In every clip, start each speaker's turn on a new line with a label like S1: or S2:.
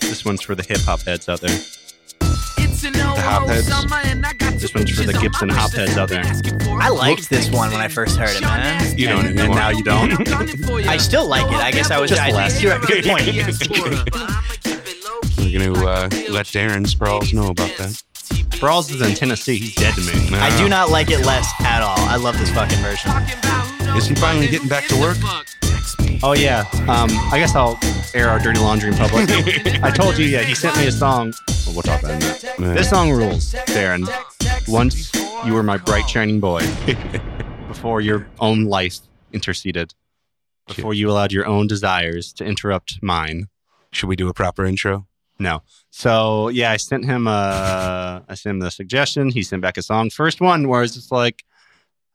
S1: This one's for the hip hop heads out there.
S2: It's an old
S3: hop heads.
S2: summer and I got
S1: This one's for the Gibson hop heads out there.
S2: I
S4: I liked this one when I first heard it, man.
S3: You don't
S2: And-
S3: anymore.
S4: And now you don't.
S2: I still like it. I guess I was
S4: Just the last-
S2: You're at
S4: good point.
S3: We're going to uh, let Darren Sprawls know about that.
S1: Brawls is in Tennessee. He's dead to me.
S4: I
S3: Oh.
S4: do not like it less at all. I love this fucking version.
S3: Is he finally getting back to work?
S1: Oh yeah. Um, I guess I'll air our dirty laundry in public. I told you. Yeah, he sent me a song. Well, we'll talk about it. in a minute.
S3: Yeah.
S1: This song rules, Darren. Once you were my bright shining boy, before your own life interceded, before you allowed your own desires to interrupt mine.
S3: Should we do a proper intro?
S1: No. So yeah, I sent him uh I sent him the suggestion. He sent back a song. First one where it's just like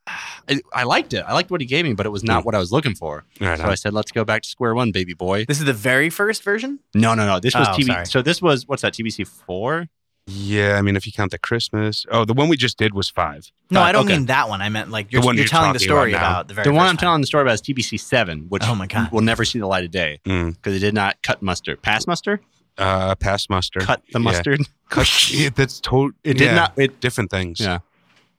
S1: I, I liked it. I liked what he gave me, but it was not what I was looking for.
S3: All
S4: Uh-huh.
S3: right.
S1: So I said, "Let's go back to square one, baby boy."
S4: This is the very first version?
S1: No, no, no. This was
S4: Oh,
S1: TV.
S4: sorry.
S1: So this was what's that? TBC four.
S3: yeah, I mean, if you count the Christmas. Oh, the one we just did was five.
S4: No,
S1: Uh,
S4: I don't
S1: okay.
S4: mean that one. I meant like you're,
S3: The one
S4: you're,
S3: you're
S4: telling the
S3: talking about
S4: story
S3: now.
S4: about the very
S1: The one
S4: first
S1: I'm telling the story about is TBC seven, which
S4: Oh my God.
S1: will never see the light of day
S3: Mm.
S1: because it did not cut mustard. Pass mustard.
S3: Uh, past muster.
S1: Cut the
S3: Yeah.
S1: mustard.
S3: Cut- yeah, that's total.
S1: It did not. It
S3: Different things.
S1: Yeah.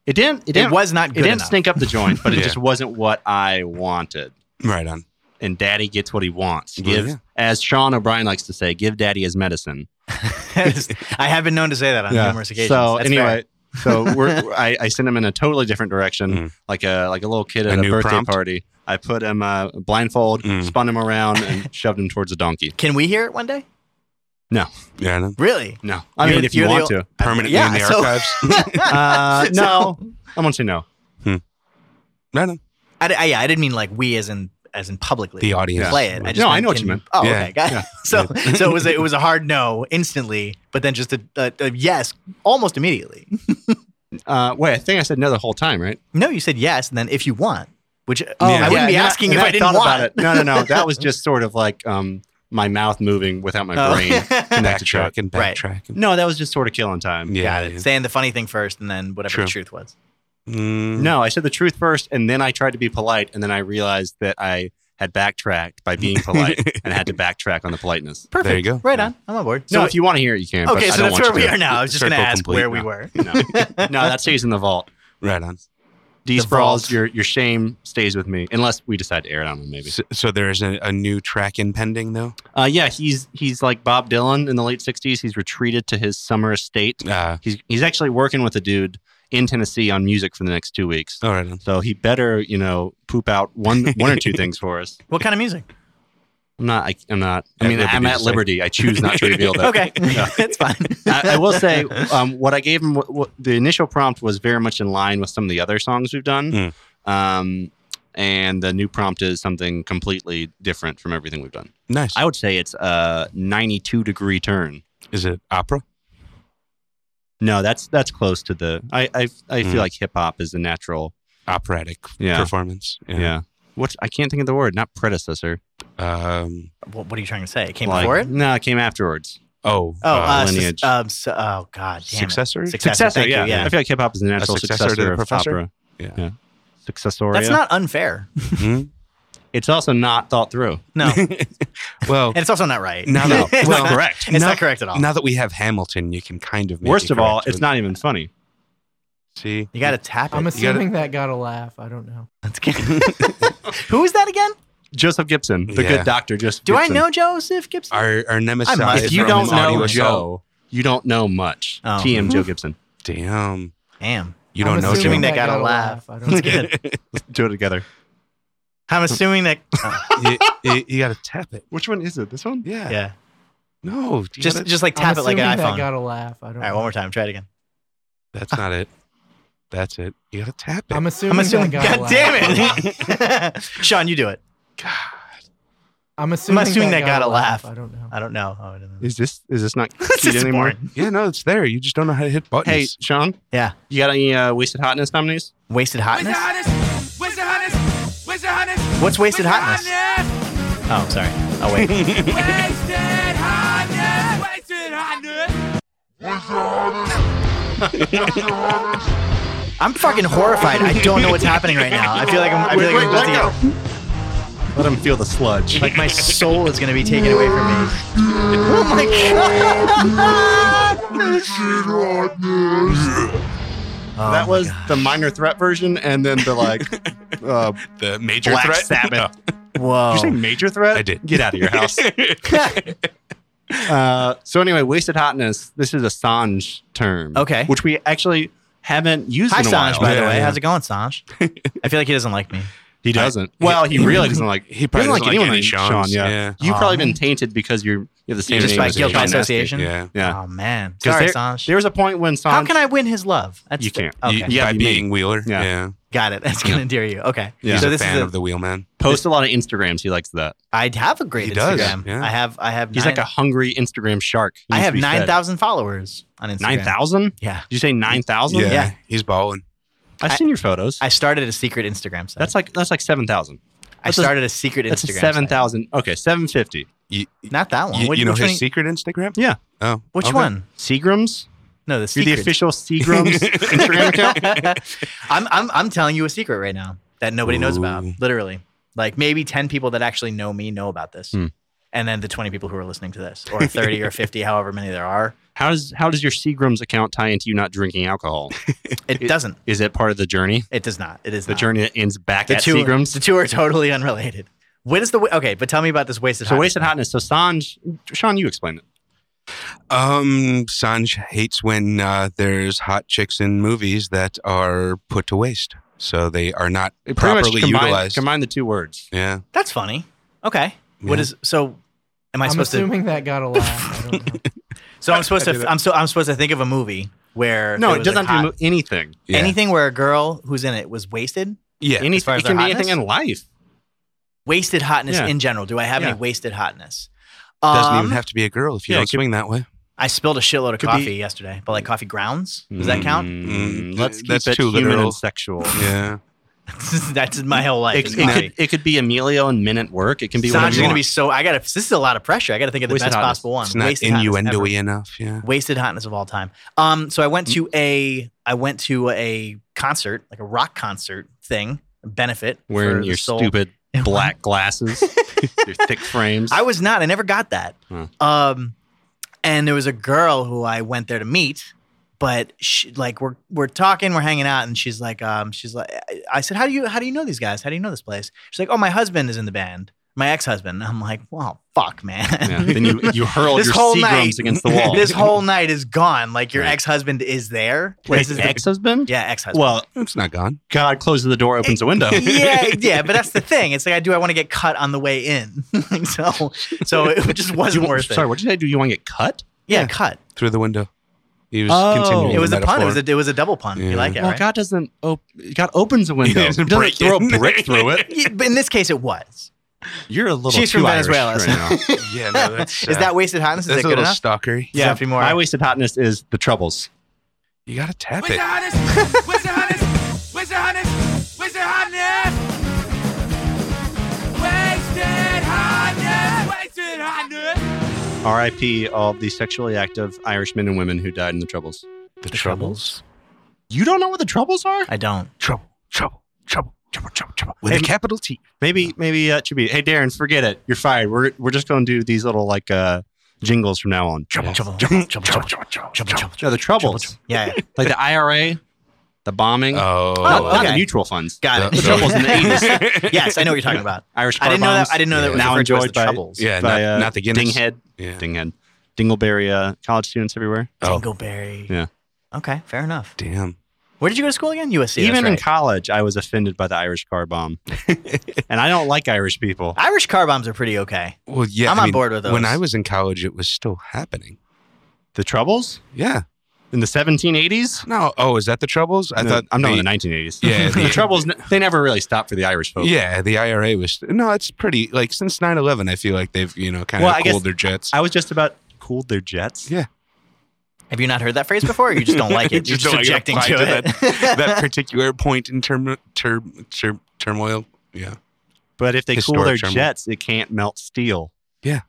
S1: it didn't. It
S4: It,
S1: didn't.
S4: was not
S1: It
S4: good
S1: didn't
S4: enough.
S1: stink up the joint, but it
S3: Yeah.
S1: just wasn't what I wanted.
S3: Right on.
S1: and daddy gets what he wants.
S3: Well,
S1: Give,
S3: yeah.
S1: as Sean O'Brien likes to say, give daddy his medicine.
S4: I have been known to say that on numerous occasions.
S1: So
S4: That's
S1: anyway, so we're, I, I sent him in a totally different direction,
S3: Mm.
S1: like a like a little kid
S3: A
S1: at a,
S3: new
S1: birthday
S3: prompt?
S1: party. I put him uh, blindfold,
S3: Mm.
S1: spun him around, and shoved him towards a donkey.
S4: Can we hear it one day?
S3: Yeah, I know.
S4: Really?
S1: No, I
S4: You're
S1: mean
S4: the-
S1: if you
S4: you're the
S1: want to,
S3: Permanently
S4: Yeah,
S3: in the
S4: so-
S3: archives.
S1: uh, no, I won't say no.
S3: no, no.
S4: I, I, yeah, I didn't mean like we as in as in publicly
S3: The audience.
S4: play it. I just
S1: No, I
S4: meant
S1: know what you
S4: can-
S1: meant.
S4: Oh,
S3: Yeah,
S4: okay, got it. So so it was a, it was a hard no instantly, but then just a, a, a yes almost immediately.
S1: Uh, wait, I think I said no the whole time, right?
S4: No, you said yes, and then if you want, which uh,
S3: Oh,
S4: I
S3: yeah,
S4: wouldn't be
S1: and I-
S4: asking
S1: and
S4: if I, didn't
S1: thought
S4: want.
S1: about it. No, no, no. That was just sort of like um, my mouth moving without my
S4: Oh.
S1: brain connected to it.
S3: Backtracking,
S4: Right.
S3: backtracking.
S1: No, that was just sort of killing time.
S3: Yeah,
S4: Got
S3: yeah.
S4: it. Saying the funny thing first, and then whatever the
S3: True.
S4: truth was. Mm-hmm.
S3: Mm,
S1: No, I said the truth first, and then I tried to be polite, and then I realized that I had backtracked by being polite and had to backtrack on the politeness.
S4: Perfect.
S3: There you go.
S4: Right on. I'm on board.
S1: So
S4: So
S1: if you want to hear it, you can. but
S4: okay, so
S1: I don't
S4: that's where
S1: want
S4: we
S1: you
S4: are now. I was just going to
S3: Circle
S4: ask
S3: complete
S4: where we
S3: now.
S4: were.
S1: to. No. no, that stays in the vault.
S3: Right on.
S1: D
S4: The
S1: sprawls,
S4: vault.
S1: your your shame stays with me, unless we decide to air it on him, maybe.
S3: So, so there is a, a new track impending, though.
S1: Uh, yeah, he's he's like Bob Dylan in the late '60s. He's retreated to his summer estate.
S3: Uh,
S1: He's he's actually working with a dude in Tennessee on music for the next two weeks.
S3: all right. On.
S1: So he better, you know, poop out one one or two things for us.
S4: What kind of music?
S1: I'm not. I, I'm not. I
S3: At
S1: mean,
S3: liberty
S1: I'm
S3: to
S1: at
S3: say.
S1: liberty. I choose not to reveal that.
S4: Okay, that's fine.
S1: I, I will say
S4: uh,
S1: um, what I gave him. What, what, the initial prompt was very much in line with some of the other songs we've done, um, and the new prompt is something completely different from everything we've done.
S3: Nice.
S1: I would say it's a 92 degree turn.
S3: is it opera?
S1: No, that's that's close to the. I I, I
S3: Mm.
S1: feel like hip hop is the natural.
S3: Operatic
S1: Yeah.
S3: performance.
S1: Yeah. What's I can't think of the word. Not predecessor.
S3: Um,
S4: what, what are you trying to say? It came
S1: Like-
S4: before it.
S1: No, it came afterwards.
S3: oh.
S4: Oh, uh, sus-
S1: lineage.
S4: um, su- oh God, damn it.
S3: successor.
S4: Successor. thank you, yeah.
S1: I feel like hip hop is the natural
S3: successor
S1: successor,
S3: to the
S1: of
S3: professor?
S1: opera.
S3: Yeah.
S1: Successoria.
S4: That's not unfair.
S3: Mhm.
S1: It's also not thought through.
S4: No, and
S3: Well,
S4: it's also not right.
S3: now that
S4: it's
S3: well,
S4: not correct.
S3: correct.
S4: It's
S3: now,
S4: not correct at all.
S3: Now that we have Hamilton, you can kind of. Maybe
S1: Worst of all,
S3: correct
S1: it's
S3: it.
S1: not even funny.
S3: See.
S4: You got to tap
S5: I'm
S4: it.
S3: You gotta-
S5: assuming that got a laugh. I don't know.
S4: That's good. Who is that again?
S1: Joseph Gibson, the
S3: Yeah.
S1: good doctor, just
S4: Do I
S1: Gibson.
S4: know Joseph Gibson?
S3: Our our nemesis.
S4: must-
S1: If you
S3: from
S1: don't
S3: Audio
S1: know Joe,
S3: Assault.
S1: you don't know much.
S4: Oh.
S1: TM Joe Gibson.
S3: damn,
S4: Damn.
S3: you don't
S5: I'm
S3: know Joe.
S4: assuming that got a laugh.
S5: I
S4: That's
S5: don't know.
S4: good.
S1: Do it together.
S4: I'm assuming that.
S3: you got to tap it.
S1: Which one is it? This one?
S3: Yeah.
S4: Yeah.
S3: No. you
S4: Just
S3: gotta-
S4: just like tap
S5: I'm
S4: it like an
S5: assuming
S4: iPhone.
S5: That got a laugh. I don't.
S4: All right,
S5: know.
S4: one more time. Try it again.
S3: that's not it. That's it. You got to tap it.
S5: I'm assuming.
S4: I'm assuming.
S5: That got a
S4: God
S5: laugh.
S4: damn it, Sean, you do it.
S5: I'm assuming.
S4: assuming that got a laugh.
S5: I don't know.
S4: I don't know. Oh, I don't know.
S1: Is this is this not
S4: This
S1: cute
S4: is
S1: anymore?
S4: boring.
S3: yeah, no, it's there. You just don't know how to hit
S1: Hey,
S3: buttons.
S1: Sean,
S4: Yeah.
S1: you got any uh, wasted hotness nominees?
S4: Wasted hotness.
S2: Where's the hottest? Where's the hottest?
S4: What's wasted
S2: Where's the
S4: hotness? Oh, sorry. Oh wait.
S2: Wasted hotness. Wasted hotness.
S4: I'm fucking horrified. I don't know what's happening right now. I feel like I'm. I feel like I'm guilty.
S1: Let him feel the sludge.
S4: Like my soul is gonna be taken away from me. Oh my god!
S1: that was the minor threat version, and then the like uh,
S3: The major
S1: Black
S3: threat. Oh.
S1: Sabbath.
S4: whoa.
S1: Did you say major threat?
S3: I did.
S1: Get out of your house. uh, so anyway, wasted hotness. This is a Sanj term.
S4: Okay.
S1: Which we actually haven't used
S4: Hi,
S1: in a
S4: Sanj.
S1: while.
S4: By the
S3: Yeah,
S4: way,
S3: yeah.
S4: how's it going, Sanj? I feel like he doesn't like me.
S1: He doesn't. well, he really doesn't like.
S3: He probably
S1: Doesn't like
S3: doesn't like
S1: anyone
S3: any
S1: named
S3: Sean's.
S1: Sean, yeah. You've
S4: Aw,
S1: probably
S4: man.
S1: been tainted because you're you have the same
S3: Just
S1: name
S4: Um, by
S1: as
S4: guilt
S1: Sean
S4: by
S1: Astin.
S4: association.
S3: Yeah.
S1: Yeah.
S4: Oh man.
S1: 'Cause
S4: Sorry,
S1: there-
S4: Sanj.
S1: There was a point when Sanj.
S4: How can I win his love? That's
S1: You
S4: the-
S1: can't.
S4: Okay.
S3: You-
S1: You
S3: by
S1: have to be
S3: being Wheeler.
S1: Yeah.
S3: Yeah.
S4: Got it. That's gonna endear you. Okay.
S1: Yeah.
S3: He's
S4: So
S3: a
S4: this
S3: fan
S4: is a,
S3: of the Wheelman.
S1: post a lot of Instagrams. He likes that.
S4: I have a great
S3: He
S4: Instagram.
S3: does, yeah.
S4: I have. I have.
S1: He's
S4: nine,
S1: like a hungry Instagram shark. He
S4: I
S1: needs to
S4: have
S1: be fed.
S4: nine thousand followers on Instagram.
S1: Nine thousand?
S4: Yeah.
S1: Did you say nine thousand?
S3: Yeah.
S4: Yeah.
S3: He's balling.
S1: I've seen your photos.
S4: I started a secret Instagram site.
S1: that's like that's like seven thousand.
S4: I
S1: that's a-
S4: started a secret
S1: That's a
S4: Instagram.
S1: seven
S4: site.
S1: thousand. Okay, seven fifty.
S3: You,
S4: Not that one.
S3: you,
S4: Which-
S3: you know
S4: which
S3: his
S4: one-
S3: secret Instagram?
S1: Yeah.
S3: Oh.
S4: Which
S3: okay.
S4: one?
S1: Seagrams.
S4: No, the
S1: You're
S4: secret.
S1: the official Seagrams Instagram account.
S4: I'm, I'm, I'm telling you a secret right now that nobody knows about,
S3: Ooh.
S4: literally. Like maybe 10 people that actually know me know about this.
S1: Hmm.
S4: And then the 20 people who are listening to this, or 30 or 50, however many there are,
S1: How does how does your Seagrams account tie into you not drinking alcohol?
S4: it, doesn't.
S1: Is it part of the journey?
S4: It does not. It is
S1: The
S4: not.
S1: journey that ends back
S4: Uh, The
S1: at
S4: two,
S1: Seagrams.
S4: the two are totally unrelated. What is the wa- okay? But tell me about this wasted.
S1: so
S4: hotness.
S1: wasted hotness. So Sanj, Sean, you explain it.
S3: Um, Sanj hates when uh, there's hot chicks in movies that are put to waste. So they are not
S1: It pretty
S3: properly
S1: much combine,
S3: utilized.
S1: Combine the two words.
S3: Yeah.
S4: That's funny. Okay. What
S3: Yeah.
S4: is so? Am I
S5: I'm
S4: supposed
S5: assuming that got a laugh. I don't know.
S4: to? So I'm supposed
S5: I
S4: to.
S5: did it.
S4: I'm so. I'm supposed to think of a movie where
S1: No,
S4: there
S1: it
S4: was
S1: doesn't
S4: a
S1: have to
S4: hot-
S1: be mo- anything.
S3: Yeah.
S4: anything where a girl who's in it was wasted.
S3: yeah.
S1: Anything.
S4: far as
S1: it can
S4: their
S1: be
S4: hotness?
S1: anything in life.
S4: Wasted hotness
S1: Yeah.
S4: in general. Do I have
S1: Yeah.
S4: any wasted hotness?
S3: Doesn't
S4: Um,
S3: even have to be a girl if you
S1: yeah,
S3: don't
S1: it could-
S3: swing that way.
S4: I spilled a shitload of
S1: Could be-
S4: coffee yesterday, but like coffee grounds. Does that count?
S1: Mm,
S3: Mm,
S1: let's keep
S3: that's
S1: it
S3: too
S1: human
S3: literal.
S1: and sexual.
S3: Yeah.
S4: That's my whole life.
S1: It,
S4: is
S1: it
S4: coffee.
S1: could, it could be Emilio and Men at Work. It can be
S4: Sanji's
S1: whatever you
S4: gonna
S1: want.
S4: be so. I gotta. This is a lot of pressure. I gotta think of the
S1: Wasted
S4: best
S1: hotness.
S4: possible one.
S3: It's not
S4: Wasted hotness
S3: innuendo
S4: ever.
S3: enough. Yeah.
S4: wasted hotness of all time. Um, so I
S1: Mm.
S4: went to a I went to a concert, like a rock concert thing, a benefit. for
S1: Wearing
S4: the
S1: your
S4: soul.
S1: stupid black glasses, your thick frames.
S4: I was not. I never got that.
S1: Huh.
S4: Um, and there was a girl who I went there to meet, but she, like we're we're talking, we're hanging out, and she's like, um, she's like, I- I said, how do you how do you know these guys? How do you know this place? She's like, oh, my husband is in the band, my ex husband. I'm like, well, fuck, man.
S1: yeah. Then you, you hurled
S4: This
S1: your
S4: whole
S1: Seagrams
S4: night-
S1: against the wall.
S4: this whole night is gone. Like your
S1: Right.
S4: ex husband is there.
S1: Wait,
S4: This is the-
S1: ex-husband?
S4: yeah, ex husband.
S1: Well,
S3: It's not gone.
S1: God closes the door, opens the window.
S4: yeah, yeah, but that's the thing. It's like I do. I want to get cut on the way in, so so it just
S1: You
S4: wasn't
S1: want-
S4: worth it.
S1: sorry, what did I do? You want to get cut?
S4: yeah, cut.
S3: Through the window. He was
S1: Oh.
S3: continuing.
S4: It was
S3: the
S4: a pun. It was
S3: metaphor.
S4: a, it was a double pun. You
S3: Yeah.
S4: like it,
S1: well,
S4: right?
S1: God doesn't. Op- God opens a window.
S3: doesn't
S1: He doesn't
S3: break
S1: throw
S3: in.
S1: a brick through it.
S4: Yeah, but in this case, it was.
S1: You're a little.
S4: She's
S1: too
S4: from
S1: Irish
S4: Venezuela,
S1: right
S4: so-
S1: now.
S3: yeah. No, that's,
S4: Is
S3: uh,
S4: that wasted hotness? Is
S3: that's a
S4: that good
S3: little
S4: enough?
S3: stalkery.
S4: Does that have to be more-
S1: My wasted hotness is the troubles.
S3: You gotta tap
S2: Where's
S3: it.
S2: the hotness? Where's the hotness? Where's the hotness? Where's the hotness? Wasted hotness. Wasted hotness.
S1: R.I.P. All the sexually active Irish men and women who died in the troubles.
S3: The
S1: You don't know what the troubles are?
S4: I don't.
S3: Trouble. Trouble. Trouble. Trouble. Trouble. Trouble. With
S1: Hey,
S3: a capital T.
S1: Maybe maybe uh, it should be. Hey Darren, forget it. You're fired. We're we're just going to do these little like uh, jingles from now on.
S4: Trouble,
S1: Yeah.
S4: trouble, trouble, trouble, trouble, trouble, trouble,
S1: No, the troubles
S4: Yeah, yeah.
S1: like the IRA, the bombing,
S3: Oh.
S1: not, not
S4: okay.
S1: the mutual funds.
S4: got
S1: The
S4: it.
S1: troubles in the 80s.
S4: yes, I know what you're talking about.
S1: Irish
S4: I
S1: car
S4: didn't know that.
S1: bombs.
S4: I didn't know that
S3: Yeah.
S4: was
S1: now
S4: referred to as
S1: enjoyed
S4: the
S1: by,
S4: troubles.
S3: Yeah,
S1: by,
S3: not-
S1: uh,
S3: not the Guinness.
S1: Dinghead,
S3: Yeah.
S1: Dinghead, Dingleberry uh, college students everywhere.
S3: Oh.
S4: Dingleberry.
S1: Yeah.
S4: Okay, fair enough.
S3: Damn.
S4: Where did you go to school again? USC.
S1: Even
S4: that's
S1: in
S4: right.
S1: college, I was offended by the Irish car bomb, and I don't like Irish people.
S4: Irish car bombs are pretty okay.
S3: Well, yeah.
S4: I'm
S3: I
S4: on
S3: mean,
S4: board with
S3: When
S4: those.
S3: I was in college, it was still happening.
S1: The troubles
S3: Yeah.
S1: in the 1780s.
S3: No. Oh, is that the troubles? I
S1: No,
S3: thought.
S1: I'm not
S3: the,
S1: in the 1980s.
S3: Yeah,
S1: the,
S3: the-
S1: troubles n- they never really stopped for the Irish folks.
S3: Yeah, the IRA was no. It's pretty like since 9-11, I feel like they've you know kind of
S1: Well, I guess-
S3: cooled their jets.
S1: I was just about cooled their jets.
S3: Yeah.
S4: Have you not heard that phrase before? Or you just don't like it. You're
S3: Just don't
S4: just
S3: like it
S4: objecting to
S3: applied to
S4: it.
S3: that particular point in term, term, term turmoil. Yeah,
S1: But if they cool
S3: Historic
S1: their
S3: turmoil.
S1: jets, it can't melt steel.
S3: Yeah.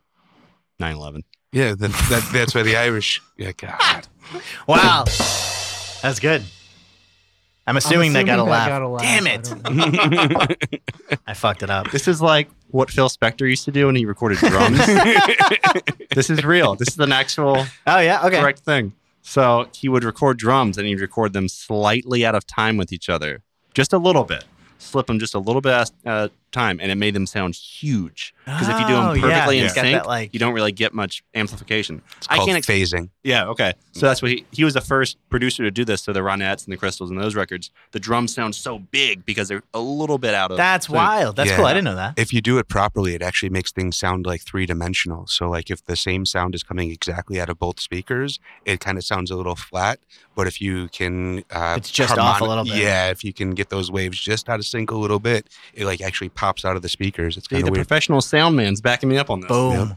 S1: 9/11.
S3: yeah. That, that that's why the Irish. Yeah, God.
S4: Wow. That's good. I'm assuming, that got a laugh. Damn
S5: I
S4: it!
S5: don't know.
S3: Damn
S4: I fucked it up.
S1: This is like what Phil Spector used to do when he recorded drums. this is real. This is an actual
S4: Oh yeah. Okay.
S1: correct thing. So he would record drums and he'd record them slightly out of time with each other, just a little bit, slip them just a little bit at a time, and it made them sound huge. Because if you do
S4: Oh,
S1: them
S4: yeah,
S1: perfectly in
S4: it's got
S1: sync,
S4: that, like-
S1: you don't really get much amplification. I
S3: Called
S1: can't. Ex-
S3: phasing.
S1: yeah, okay. So that's what he, he was the first producer to do this. So the Ronettes and the Crystals and those records, the drums sound so big because they're a little bit out of.
S4: That's
S1: sync.
S4: wild. That's
S3: Yeah.
S4: cool. I didn't know that.
S3: If you do it properly, it actually makes things sound like three dimensional. So, like if the same sound is coming exactly out of both speakers, it kind of sounds a little flat. But if you can, uh,
S4: It's just off a little bit.
S3: Yeah, if you can get those waves just out of sync a little bit, it like actually pops out of the speakers. It's
S1: See,
S3: kind
S1: the
S3: of weird.
S1: professional sound man's backing me up on this. Yeah.
S4: Boom.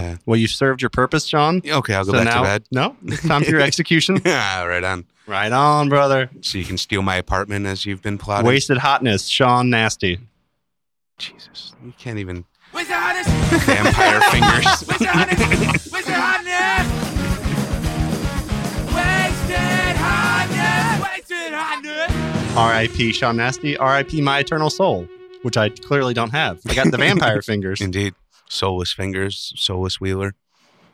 S3: Yeah.
S1: Well, you've served your purpose, John.
S3: Okay, I'll
S1: so
S3: go back
S1: now,
S3: to bed.
S1: no, it's time for your execution.
S3: Yeah, right on.
S1: right on, brother.
S3: So you can steal my apartment as you've been plotting.
S1: Wasted hotness, Sean Nasty.
S3: Jesus, you can't even
S2: Where's the hotness?
S3: vampire fingers.
S2: Where's the hotness? Where's the hotness? Wasted hotness. Wasted hotness.
S1: R.I.P. Sean Nasty. R.I.P. My Eternal Soul, which I clearly don't have. I got the vampire fingers.
S3: Indeed, soulless fingers, soulless wheeler.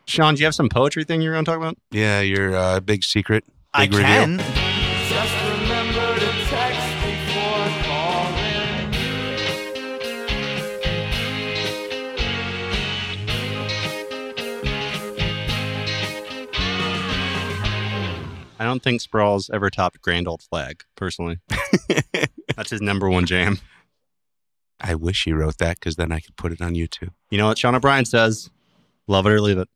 S1: Sean, do you have some poetry thing you're going to talk about?
S3: Yeah, your uh, big secret.
S4: I
S3: Big reveal.
S4: can.
S2: Just remember to text before calling.
S1: I don't think Sprawl's ever topped Grand Old Flag, personally. That's his number one jam.
S3: I wish you wrote that because then I could put it on YouTube.
S1: You know what Sean O'Brien says? Love it or leave it.